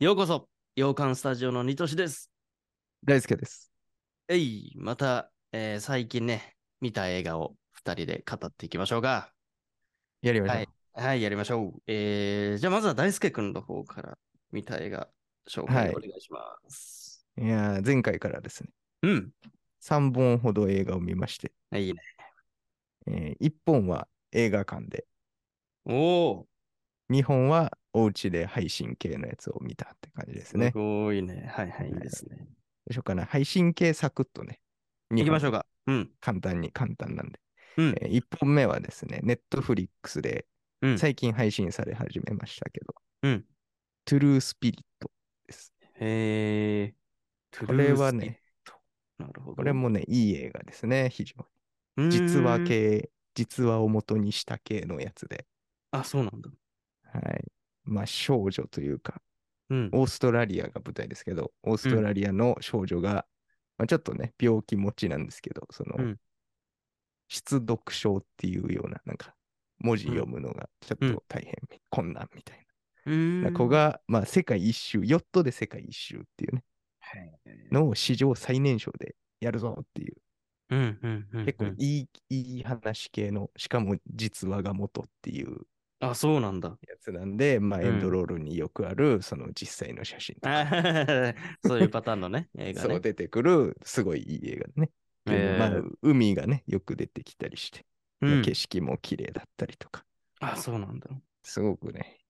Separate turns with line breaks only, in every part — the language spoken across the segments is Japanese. ようこそ、洋館スタジオのニトシです。
大輔です。
えい、また、えー最近ね、見た映画を2人で語っていきましょうか。
やりましょう。
はい、やりましょう。えーじゃあまずは大輔くんの方から見た映画紹
は
介
い
お願いします。
い、やー前回からですね、
うん、
3本ほど映画を見まして、
いいね。
え1本は映画館で、
おお、
2本はお家で配信系のやつを見たって感じですすね。
ごいね。はいはい、
はい
いいですね。
どうしようかな。配信系サクッとね。
行きましょう
か。
か。うん、
簡単に簡単なんで。
うん、
え1本目はですね、ネットフリックスで
うん。
最近配信され始めましたけど、
うん
トゥルースピリット。
えー、
これはね、
トゥルースピット、なるほど。
これもね、いい映画ですね、非常
うー
に。
ん、
実話系、実話を元にした系のやつで。
あ、そうなんだ。
はい。まあ、少女というか、
うん。
オーストラリアが舞台ですけど、オーストラリアの少女が、まあ、ちょっとね、病気持ちなんですけど、その、
うん
失読症っていうような、なんか、文字読むのがちょっ
うん
と大変、困難みたいな
な
な子、が、まあ、世界一周、ヨットで世界一周っていうね、
はい
のを史上最年少でやるぞっていう、
うんうんうんうん、
結構いい、いい話系の、しかも実話が元っていう
あ、そうなんだ。
やつなんで、まあ、
うん
エンドロールによくある、その実際の写真とか、
あ そういうパターンのね、映画
そう
ね。
出てくる、すごいいい映画だね。っていう
えー
まあ、海がね、よく出てきたりして、
うん
景色も綺麗だったりとか、
あ、そうなんだ。
すごくね、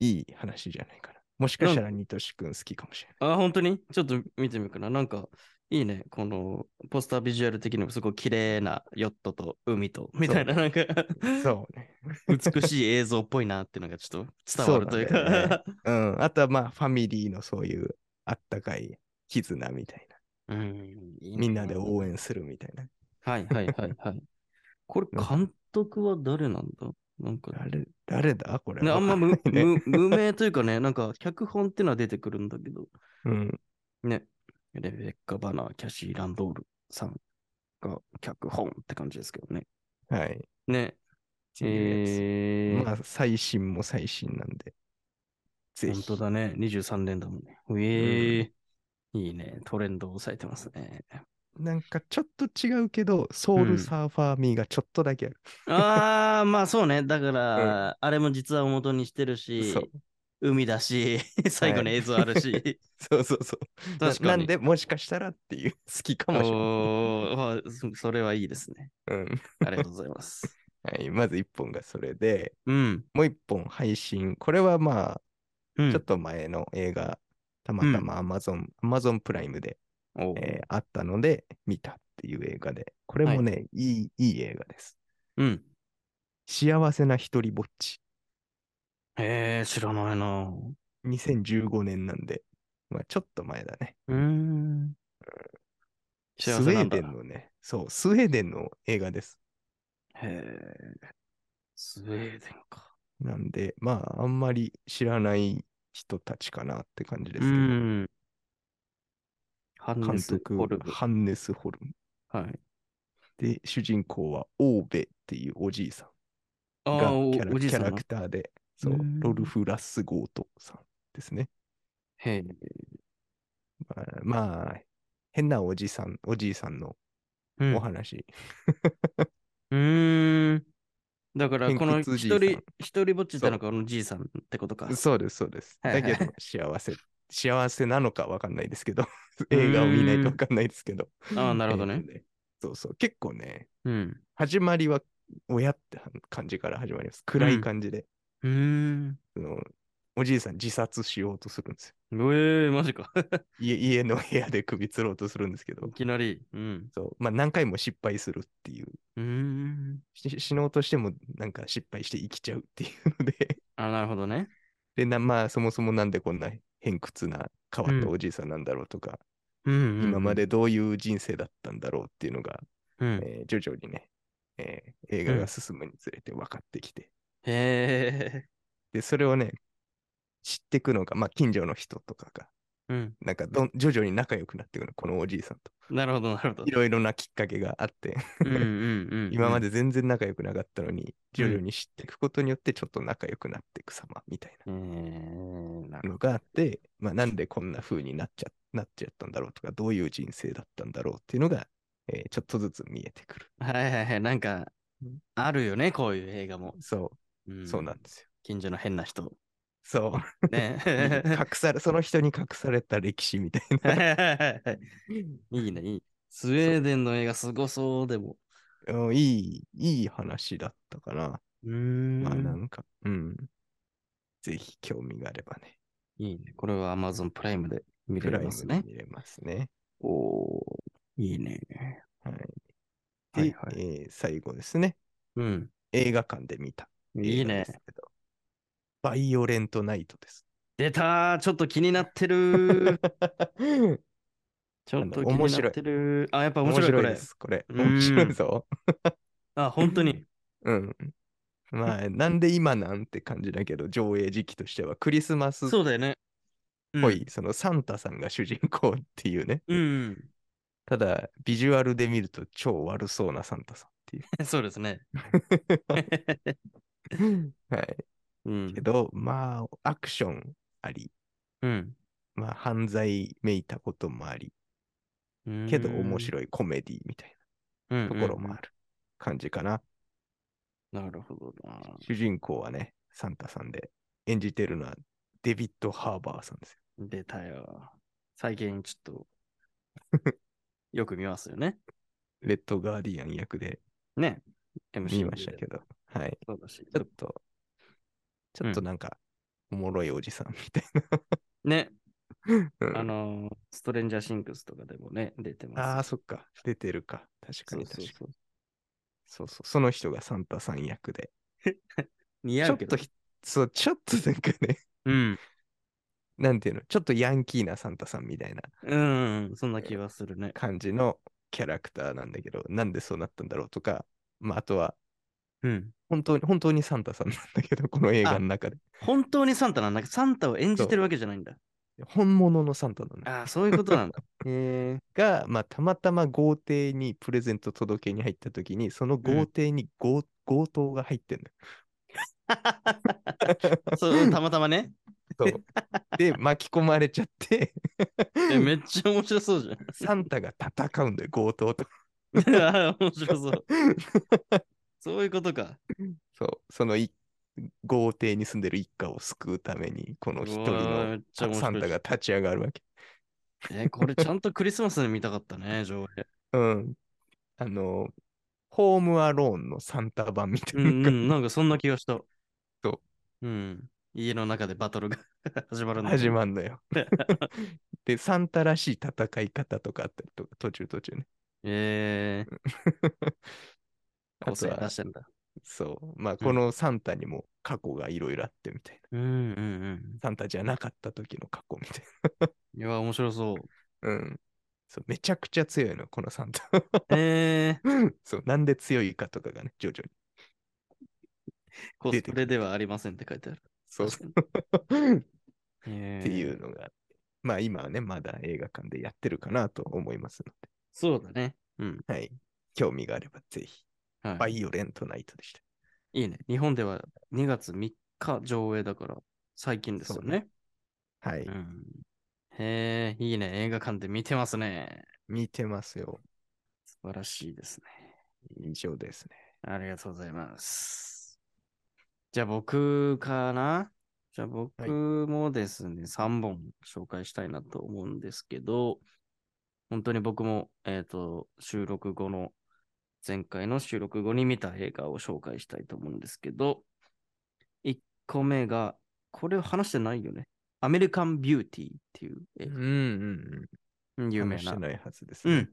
いい話じゃないかな。もしかしたら、ニトシ君好きかもしれない。
あ、本当にちょっと見てみるかな。なんか、いいね。このポスタービジュアル的にもすごい綺麗なヨットと海と、みたいな、なんか
そうね。
美しい映像っぽいなっていうのがちょっと伝わるという
そうなんだよね
か。
うん。あとは、まあ、ファミリーのそういうあったかい絆みたいな。
うんいいね
みんなで応援するみたいな。
はいはいはいはい。これ、
なんか
監督は誰なんだなんか、
誰誰だこれ。
ね、あんま無
わかんないね
無無名というかね、なんか脚本ってのは出てくるんだけど、
うん。
ね、レベッカ・バナー、キャシー・ランドールさんが脚本って感じですけどね。
はい。
ね、えー、
まあ、最新も最新なんで。ぜ
本
ひ。
当だね、23年だもんね。うえー、いいね、トレンドを抑えてます ね。
なんかちょっと違うけど、ソ
う
ウ
ん
ルサーファーミーがちょっとだけある。
あー、まあそうね、だから、あれも実は元にしてるし
そう、
海だし、最後の映像あるし、
そうそうそう。 な
確かに。
なんで、もしかしたらっていう、好きかもしれな
おーまあそそれはいいですね。
い。うん。
ありがとうございます。
はい、まず一本がそれで、
うん。
もう一本配信。これはまあ、
うん、
ちょっと前の映画、たまたま Amazon、Amazon プライムで、
おう
えーあったので、見たっていう映画で、これもね、い、い、いい映画です。
うん。
幸せな一人ぼっち。
えー、知らないなぁ
2015年なんで、まあちょっと前だね。
うーん。
スウ
幸せな
ェ
ん
ー
だ
デンのね、そう、スウェーデンの映画です。
へえ。スウェーデンか。
なんで、まあ、あんまり知らない人たちかなって感じで
う
すけど、
ん。ハンネ
監
ス・ホル
督、
ブ。
ハンネス・ホルム。
はい。
で、主人公はオーベっていうおじいさん
あ
が
あ、お
キャラ
おじいさん
キャ
な
ラ
の
ク。ターで、そうう、
ん
ロルフ・ラッスゴートさんですね。
へえ。
まあ、まあ変なおじさん、おじいさんの
うん
お話。
うーん。だから、
偏
この
屈
一
じいさん
人、一人ぼっちっての
そ
はこ
う
のじいさんってことか。
そうです、そうです。
はいはい
だけど、幸せ、幸せなのかわかんないですけど、 映画を見ないとわかんないですけど。
ああ、なるほど
え
ね
ー。と。そうそう。結構ね、
うん。
始まりは親って感じから始まります。暗い感じで、
うーん。
そのおじいさん自殺しようとするんですよ。
うえー、マジか。
家家の部屋で首吊ろうとするんですけど
い、きなり。うん。
そうまあ、何回も失敗するっていう。
うーん。
し死のうとしてもなんか失敗して生きちゃうっていうので、
あ、なるほどね。
でなまあそもそもなんでこんな偏屈な変わった
うん
おじいさんなんだろうとか、
うんうんうん
今ま。でどういう人生だったんだろうっていうのが、
うん。
えー徐々にね、えー映画が進むにつれて分かってきて、
へえ。
で、それをね、知ってくのが、まあ、近所の人とかが、
うん。
なんかどん徐々に仲良くなっていくの、このおじいさんと。
なるほど、なるほど
い。ろいろなきっかけがあって、
うんうんうんうん。
今まで全然仲良くなかったのに、徐々
うん
に知っていくことによってちょっと仲良くなっていく様みたい
えー、な
な
る
のがあって、まあなんでこんな風になっちゃなっちゃったんだろうとか、どういう人生だったんだろうっていうのが、えーちょっとずつ見えてくる。
はいはいはい。なんか
うん、
あるよね、こういう映画も。
そうう、
ん
そうなんですよ。
近所の変な 人。
そう。
ね。
隠され、その人に隠された歴史みたい
はい
な。
はいはい はいいいね、いい。スウェーデンの映画すごそうでも。
うんいい、いい話だったかな。
うーん
まあなんか、うん。ぜひ興味があればね。
いいね。これは Amazon プライムで見
プ
れ
ライ
ま
ム
す
で
ね。
見れますね。
おーいいね。
はい。で、
はいはい。
えー最後ですね。
うん。
映画館で見た。
いい
映画で
ね
す。けど。バイオレントナイト です。
出たーちょっと気 になってるーちょっと気になってるーあ、やっぱ面白いこれ。
です、これ。
うん
面白いぞ。
あ、本当に。
うん。まあ、なんで今なんて感じだけど、上映時期としてはクリスマスっ
そうだよね。うん
ぽい、。そのサンタさんが主人公っていうね。
うんうん。
ただ、ビジュアルで見ると超悪そうなサンタさんってい
そうですね。
う。 はい。
うん
け。ど、まあ、アクションあり、
うん。
まあ、犯罪めいたこともあり、けど面白いコメディみたい
い
なところもある感じかな。
なるほどな。
主人公はね、サンタさんで演じてるのはデビッド・ハーバーさんですよ。
出たよ。最近ちょっと、 よく見ますよね。
レッド・ガーディアン役で
ね。MC
見ましたけど、はい。
そうだし。
ちょっと、ちょっと
う
なんか、おもろいおじさんみたい
ね。
な。うん
あのー、ストレンジャーシングスとかでもね、出てます。
ああ、そっか。出てるか。確か
そう
に
そ
確か
うそ
に。
う。
そうそう。その人がサンタさん役で。
似
ち
合
ょ
う
っ
け
と
ど。
ひ、そう、ちょっとなんかね、
うん。
なんていうの、ちょっとヤンキーなサンタさんみたいな
うんうん、そんな気はするね。
感じのキャラクターなんだけど、なんでそうなったんだろうとか、まあ、あとは、
うん。
本当に、本当にサンタさんなんだけど、この映画の中で。
本当にサンタなんだけど、サンタを演じてるわけじゃないん だ。
本物のサンタなのよ
ああ、そういうことなんだ。へえ。
が、まあ、たまたま豪邸にプレゼント届けに入った時に、その豪邸に強,、強盗が入ってんのよ。
そう、たまたま ね。
そうで、巻き込まれちゃって、
えめっちゃ面白そうじゃん。
サンタが戦うんだよ、強盗と。
あ あ面白そう。そういうこと か。
そう、そのい豪邸に住んでる一家を救うために、この一人
うわーめ
の
っちゃ面
サ
白
ン
い
タが立ち上がるわけ。
え、これちゃんとクリスマスで見たかった ね、上映。
うん。あの、ホームアローンのサンタ版みた
う
いな。
ん、うん、なんかそんな気がした。。
そう
うん。家の中でバトルが 始まるんだ。
始
る。
まんの よ。で、サンタらしい戦い方とかあったりとか、途中途中ね。
えー、
あ
個
と
性出
は、
してんだ。
そう、まあ、このサンタにも過去がいろいろあってみたいな。
うんうん
サンタじゃなかった時の過去みたい
うん。いや、面白 そう。
な。うん。そうめちゃくちゃ強いのよ、このサンタ。
えー、
そう、なんで強いかとかがね、徐々に。
コ
出
スプ
てくる
レではありませんって書いてある。
そう
確かに
そう。
えー
っていうのがあって、まあ今はね、まだ映画館でやってるかなと思いますの
そうだね。うん。
で、はい。興味があればぜひ、
は
バ
い。
イオレントナイトでした。
いいね。日本では2月3日上映だから、最近ですよ
そう
ね。
はい。
うん。へえ、いいね。映画館で見てますね。
見てますよ。
素晴らしいですね。
以上ですね。
ありがとうございます。じゃあ僕かなじゃあ僕もですね、3本紹介したいなと思うんですけど、本当に僕も、えっ、と、収録後の、前回の収録後に見た映画を紹介したいと思うんですけど、1個目が、これを話してないよね。アメリカンビューティーっていう映
うん
画、
うん
うん
うん。
有名
話し
な
て。ないはずです
う
ね
ん。。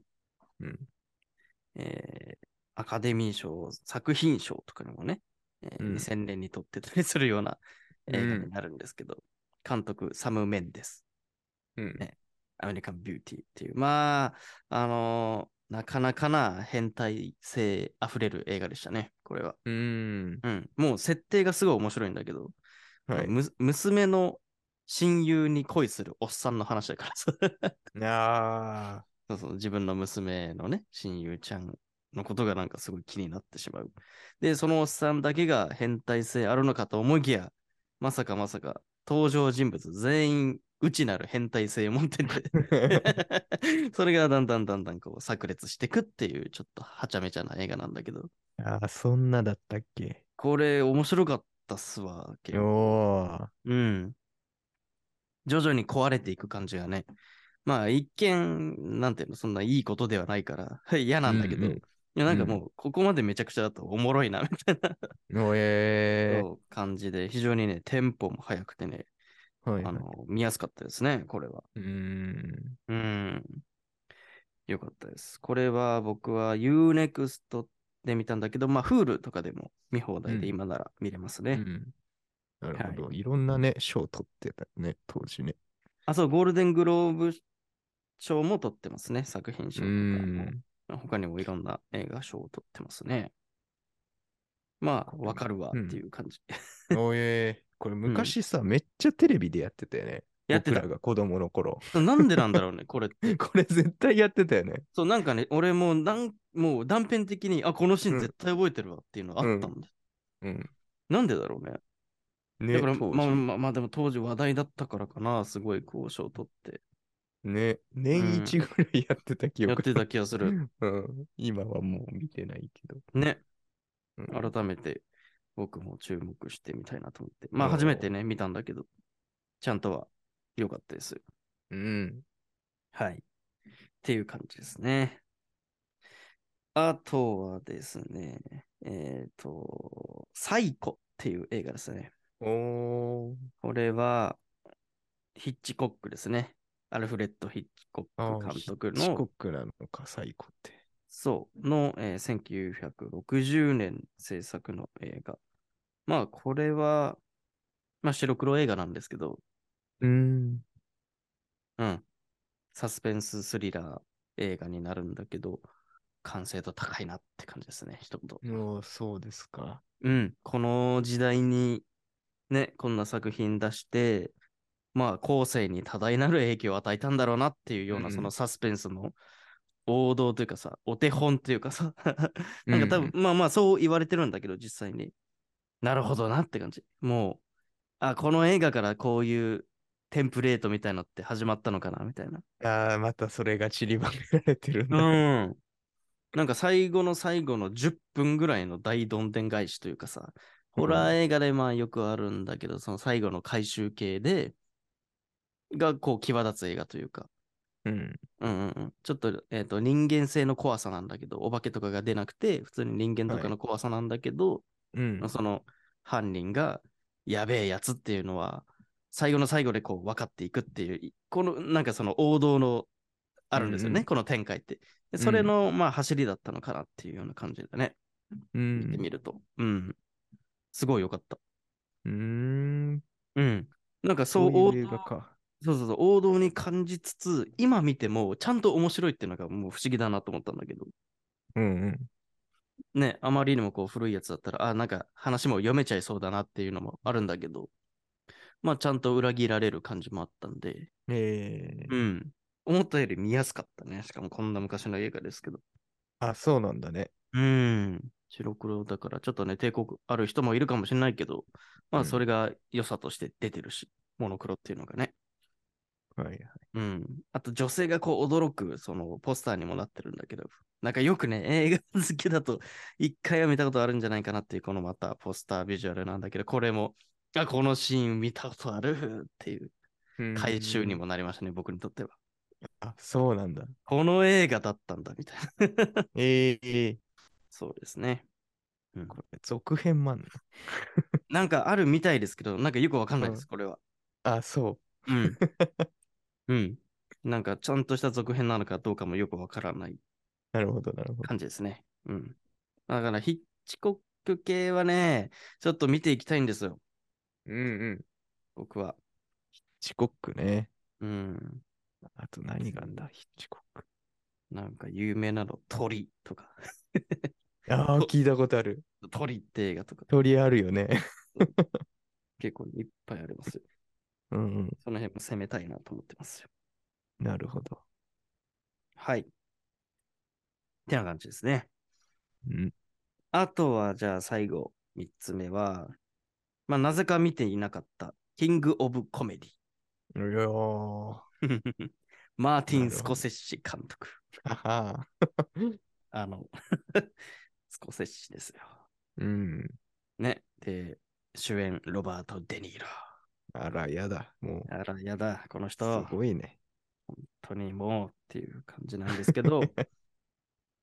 うん。
えーアカデミー賞、作品賞とかにもね、えー
うん
2000年に撮ってたりするような映画
うん
になるんですけど、監督、サム・メンです。
うん
ねアメリカン・ビューティーっていう、まあ、あのーなかなかな変態性あふれる映画でしたね、これは。
うん。
うん、もう設定がすごい面白いんだけど、
はい。
む娘の親友に恋するおっさんの話だからさ。
あ
そうそう、自分の娘のね、親友ちゃんのことがなんかすごい気になってしまう。で、そのおっさんだけが変態性あるのかと思いきや、まさかまさか登場人物全員内なる変態性を持ってて、
ー
それがだんだんだんだんこう炸裂してくっていうちょっとはちゃめちゃな映画なんだけど、
あー、そんなだったっけ
これ面白かったっすわ、結
お
構
お
うん。徐々に壊れていく感じがね。まあ一見、なんていうの、そんないいことではないから 嫌なんだけど、
うんうん
いやなんかもうここまでめちゃくちゃだとおもろいなみたいな
ー。おえー。
そう感じで、非常にね、テンポも速くてね、
はい
あ
はい。
の、見やすかったですね、これは。
うーん。
うん。よかったです。これは僕は UNEXT で見たんだけど、まあ Hulu とかでも見放題
うん
で今なら見れますね。
うんなるほど。いろんなね、賞を取ってたね、当時ね。
あ、そう、ゴールデングローブ賞も取ってますね、作品賞と
う
か。
ん。
他にもいろんな映画賞を取ってますね。まあ、わかるわ
うん
っていう感じ。
おえー。これ昔さ、めっちゃテレビでやってたよね。
やってた
僕ら。が子供の頃。
なんでなんだろうね、これ。
これ絶対やってたよね。
そう、なんかね、俺もうなん、もう断片的に、あ、このシー
う
ン
ん
絶対覚えてるわっていうのあったんだ。
うん。
なんでだろうね。
ね、
だから、
当時
まあまあまあ、でも当時話題だったからかな、すごい交渉を取って
ね、年一ぐらいやってた記
やっ
憶
てた気がする。
うん、今はもう見てないけど。
ね、
うん
改めて僕も注目してみたいなと思って。まあ、
おー
初めてね、見たんだけど、ちゃんとは良かったです。
うん。
はい。っていう感じですね。あとはですね、えっ、と、サイコっていう映画ですね。
おー。
これは、ヒッチコックですね。アルフレッド・ヒッチコック監督
ヒッチコ
の
ッ、クなのか、最高って。
そう、の、えー1960年制作の映画。まあ、これは、まあ、白黒映画なんですけど、
うん。
うん。サスペンススリラー映画になるんだけど、完成度高いなって感じですね、一言。
おーそうですか。
うん。この時代に、ね、こんな作品出して、まあ、後世に多大なる影響を与えたんだろうなっていうよう
う
な、
ん
そのサスペンスの王道というかさ、お手本というかさ、 なんか多分、まあまあ、そう言われてるんだけど、実際に。なるほどなって感じ。もう、あ、この映画からこういうテンプレートみたいなのって始まったのかな、みたいな。
うん。ああ、またそれが散りばめられてるん
う
だ。
ん。なんか最後の最後の10分ぐらいの大どんでん返しというかさ、ホラー映画でまあよくあるんだけど、その最後の回収系で、がこう際立つ映画というか、
うん。
うんうんうん、ちょっと,、えー、と人間性の怖さなんだけど、お化けとかが出なくて、普通に人間とかの怖さなんだけど、
うん。
その犯人がやべえやつっていうのは、最後の最後でこう分かっていくっていう、このなんかその王道のあるんですよね、
うんうん
この展開って。でそれの、まあ走りだったのかなっていうような感じだね、
う
見て
ん
みると。うん。すごい良かった。
うーん。
うん。なんかそ
そうう
王
いう映
道
画か。
そうそうそう王道に感じつつ、今見てもちゃんと面白いっていうのがもう不思議だなと思ったんだけど、
うんうん。
ね、あまりにもこう古いやつだったら、あ、なんか話も読めちゃいそうだなっていうのもあるんだけど、まあちゃんと裏切られる感じもあったんで、
えー。
うん。思ったより見やすかったね。しかもこんな昔の映画ですけど。
あ、そうなんだね。
うん。白黒だから、ちょっとね、抵抗ある人もいるかもしれないけど、ま
う
あ
ん
それが良さとして出てるし、モノクロっていうのがね。
はいはい。
うん。あと女性がこう驚く、そのポスターにもなってるんだけど、なんかよくね、映画好きだと一回は見たことあるんじゃないかなっていう、このまたポスタービジュアルなんだけど、これも、あ、このシーン見たことあるっていう
うん
回収に。もなりましたね、僕にとっては。
あ、そうなんだ。
この映画だったんだ、みたいな。
ええ。
そうですね。うん
これ、続編もあんの
なんかあるみたいですけど、なんかよくわかんないです、これ は。
あ、そ。
うん。うん。なんかちゃんとした続編なのかどうかもよくわからないう
なるほど、なるほど。
感じですね。うん。だからヒッチコック系はね、ちょっと見ていきたいんですよ、
うんうん。
僕は。
チコックね。
うん。
あと何があんだ、ヒッチコック。
なんか有名なの、鳥とか。
ああ、
と
聞いたことある。
鳥って映画とか
鳥あるよね。
結構いっぱいありますよ。
うんうん。
その辺も攻めたいなと思ってますよ。
なるほど。
はい。ってな感じですね。
うん。
あとは、じゃあ最後、3つ目は、まあ、なぜか見ていなかった、キング・オブ・コメデ
いやー。は
ィ。 マーティ
なるほ
ン・
ど
スコセッシ監督。
は。
あの、 スコセッシですよ。
うん。
ね。で、主演、ロバート・デ・ニーロ。
あら、やだ。も
あら、やだ、この
う、
人、
す
本
ごいね。
当にもうっていう感じなんですけ ど、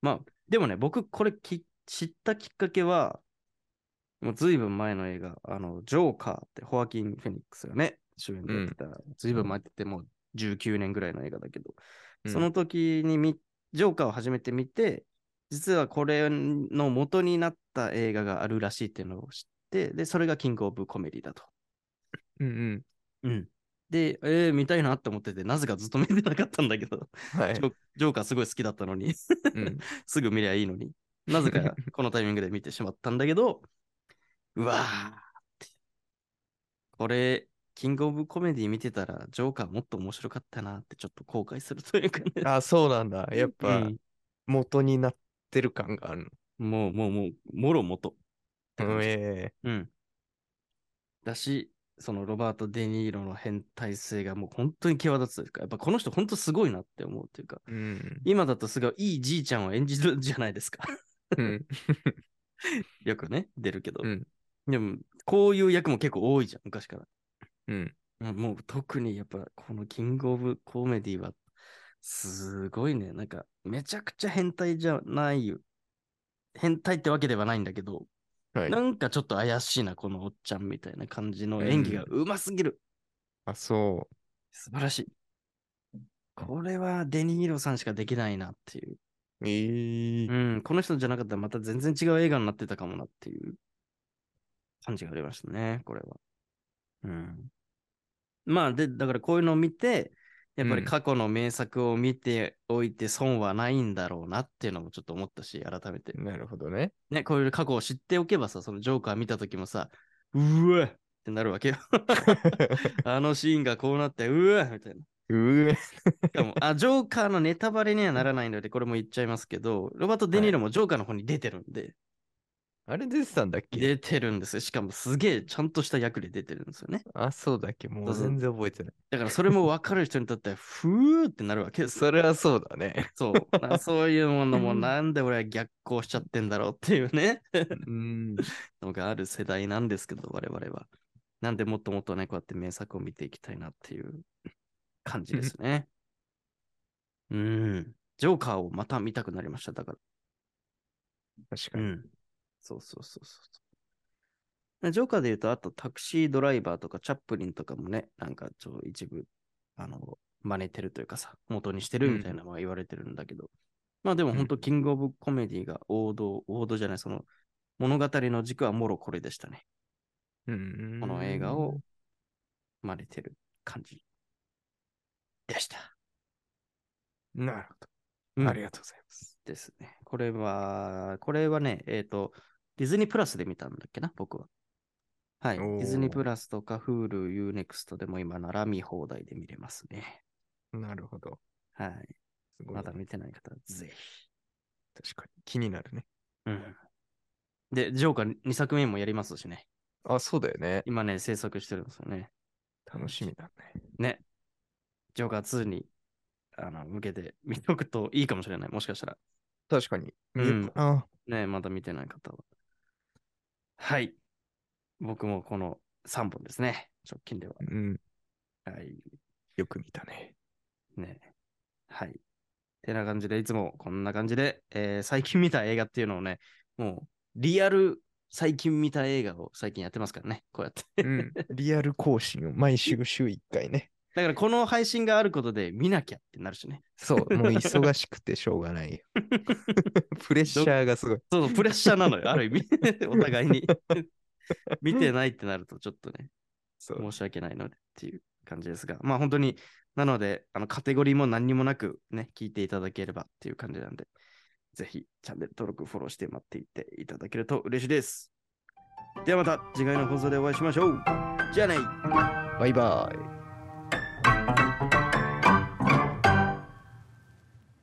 まあ、でもね、僕、これき知ったきっかけは、もうずいぶん前の映画、あの、ジョーカーって、ホアキン・フェニックスがね、主演でやってた、ずいぶん前って言ってもう19年ぐらいの映画だけど、
うん
その時にみ、ジョーカーを初めて見て、実はこれの元になった映画があるらしいっていうのを知って、で、それがキング・オブ・コメディだと。
うんうん。
うん。で、えー、見たいなって思ってて、なぜかずっと見てなかったんだけど、
はい
ジ。ョジョーカーすごい好きだったのに、
うん
すぐ見りゃいいのに、なぜかこのタイミングで見てしまったんだけど、うわーって。これ、キングオブコメディ見てたら、ジョーカーもっと面白かったなってちょっと後悔するというかね。
あ、そうなんだ。やっぱ
うん、
元になってる感があるの。
もう、もう、もう、もろもと。
うん、え
うん。だし、そのロバート・デ・ニーロの変態性がもう本当に際立つというか、やっぱこの人本当すごいなって思うというか、
えうん
今だとすごいいいじいちゃんを演じるじゃないです か。
うん。
よくね、出るけど。
うん
でも、こういう役も結構多いじゃん、昔から。
うん。
うんもう特にやっぱこのキングオブコメディはすごいね。なんかめちゃくちゃ変態じゃないよ。変態ってわけではないんだけど、
はい
な。んかちょっと怪しいな、このおっちゃんみたいな感じの演技がうますぎる。
あ、そ
素晴らしい。これはデニーロさんしかできないなっていう。
う。ええ
うん、この人じゃなかったらまた全然違う映画になってたかもなっていう感じがありましたね、これは。うん。まあ、で、だからこういうのを見て、やっぱり
うん
過去の名作を見ておいて損はないんだろうなっていうのもちょっと思ったし、改めて。
なるほどね。
ね、こういう過去を知っておけばさ、そのジョーカー見た時もさ、うわってなるわ けよ。あのシーンがこうなって、うわみたいな。
うえ。
しかもあ、ジョーカーのネタバレにはならないので、これも言っちゃいますけど、ロバート・デ・ニーロもジョーカーの方に出てるんで、
あれ出てたんだっけ
出てるんですよ。しかもすげえちゃんとした役で出てるんですよね。
あ、そうだっけ
そ
も
う
う
そう
全然覚えてない。
だからそれも分かる人にと っては、ふーってなるわけですよ。
それはそうだね。
そう。だからそういうものもなんで俺は逆行しちゃってんだろうっていうね、
うん。
のがある世代なんですけど、我々は。なんでもっともっとね、こうやって名作を見ていきたいなっていう感じです ね。うん。ジョーカーをまた見たくなりました。だから。
確か
う
に。
ん。そうそうそうそうそう。でジョーカーで言うと、あとタクシードライバーとかチャップリンとかもね、なんかちょ一部、あの、真似てるというかさ、元にしてるみたいなのは言われてるんだけど、まあでも本当、キングオブコメディが王道、王道じゃない、その物語の軸はもろこれでしたね。
うん
この映画を。真似てる感じでした。
なるほ
うん
ど。ありがとうございます。
ですね。これは、これはね、えっ、と、ディズニープラスで見たんだっけな、僕は。はい。デ
おー
ィズニープラスとか、Hulu、Unext でも今なら見放題で見れますね。
なるほど。
はい。
すごい
ま
ね。
だ見てない方はぜひ。
確かに。気になるね。
うん。で、ジョーカー2作目もやりますしね。
あ、そうだよね。
今ね、制作してるんですよね。
楽しみだね。
ね。ジョーカー2に、あの、向けて見とくといいかもしれない。もしかしたら。
確かに。
うん
あ、
ね、まだ見てない方は。はい。僕もこの3本ですね。直近では。
うん。
はい。
よく見たね。
ね。はい。てな感じで、いつもこんな感じで、えー最近見た映画っていうのをね、もうリアル最近見た映画を最近やってますからね、こうやって。
うん。リアル更新を毎週週1回ね。
だからこの配信があることで見なきゃってなるしね。
そう、 もう忙しくてしょうが ないよ。プレッシャーがすごい。
そうそう、プレッシャーなのよ、ある意味。 お互いに。見てないってなるとちょっとね、
そう。
申し訳ないのでっていう感じですが、まあ本当に、なので、あのカテゴリーも何にもなくね、聞いていただければっていう感じなんで、ぜひチャンネル登録、フォローして待っていていただけると嬉しいです。ではまた次回の放送でお会いしましょう。じゃあね
ババイバイ。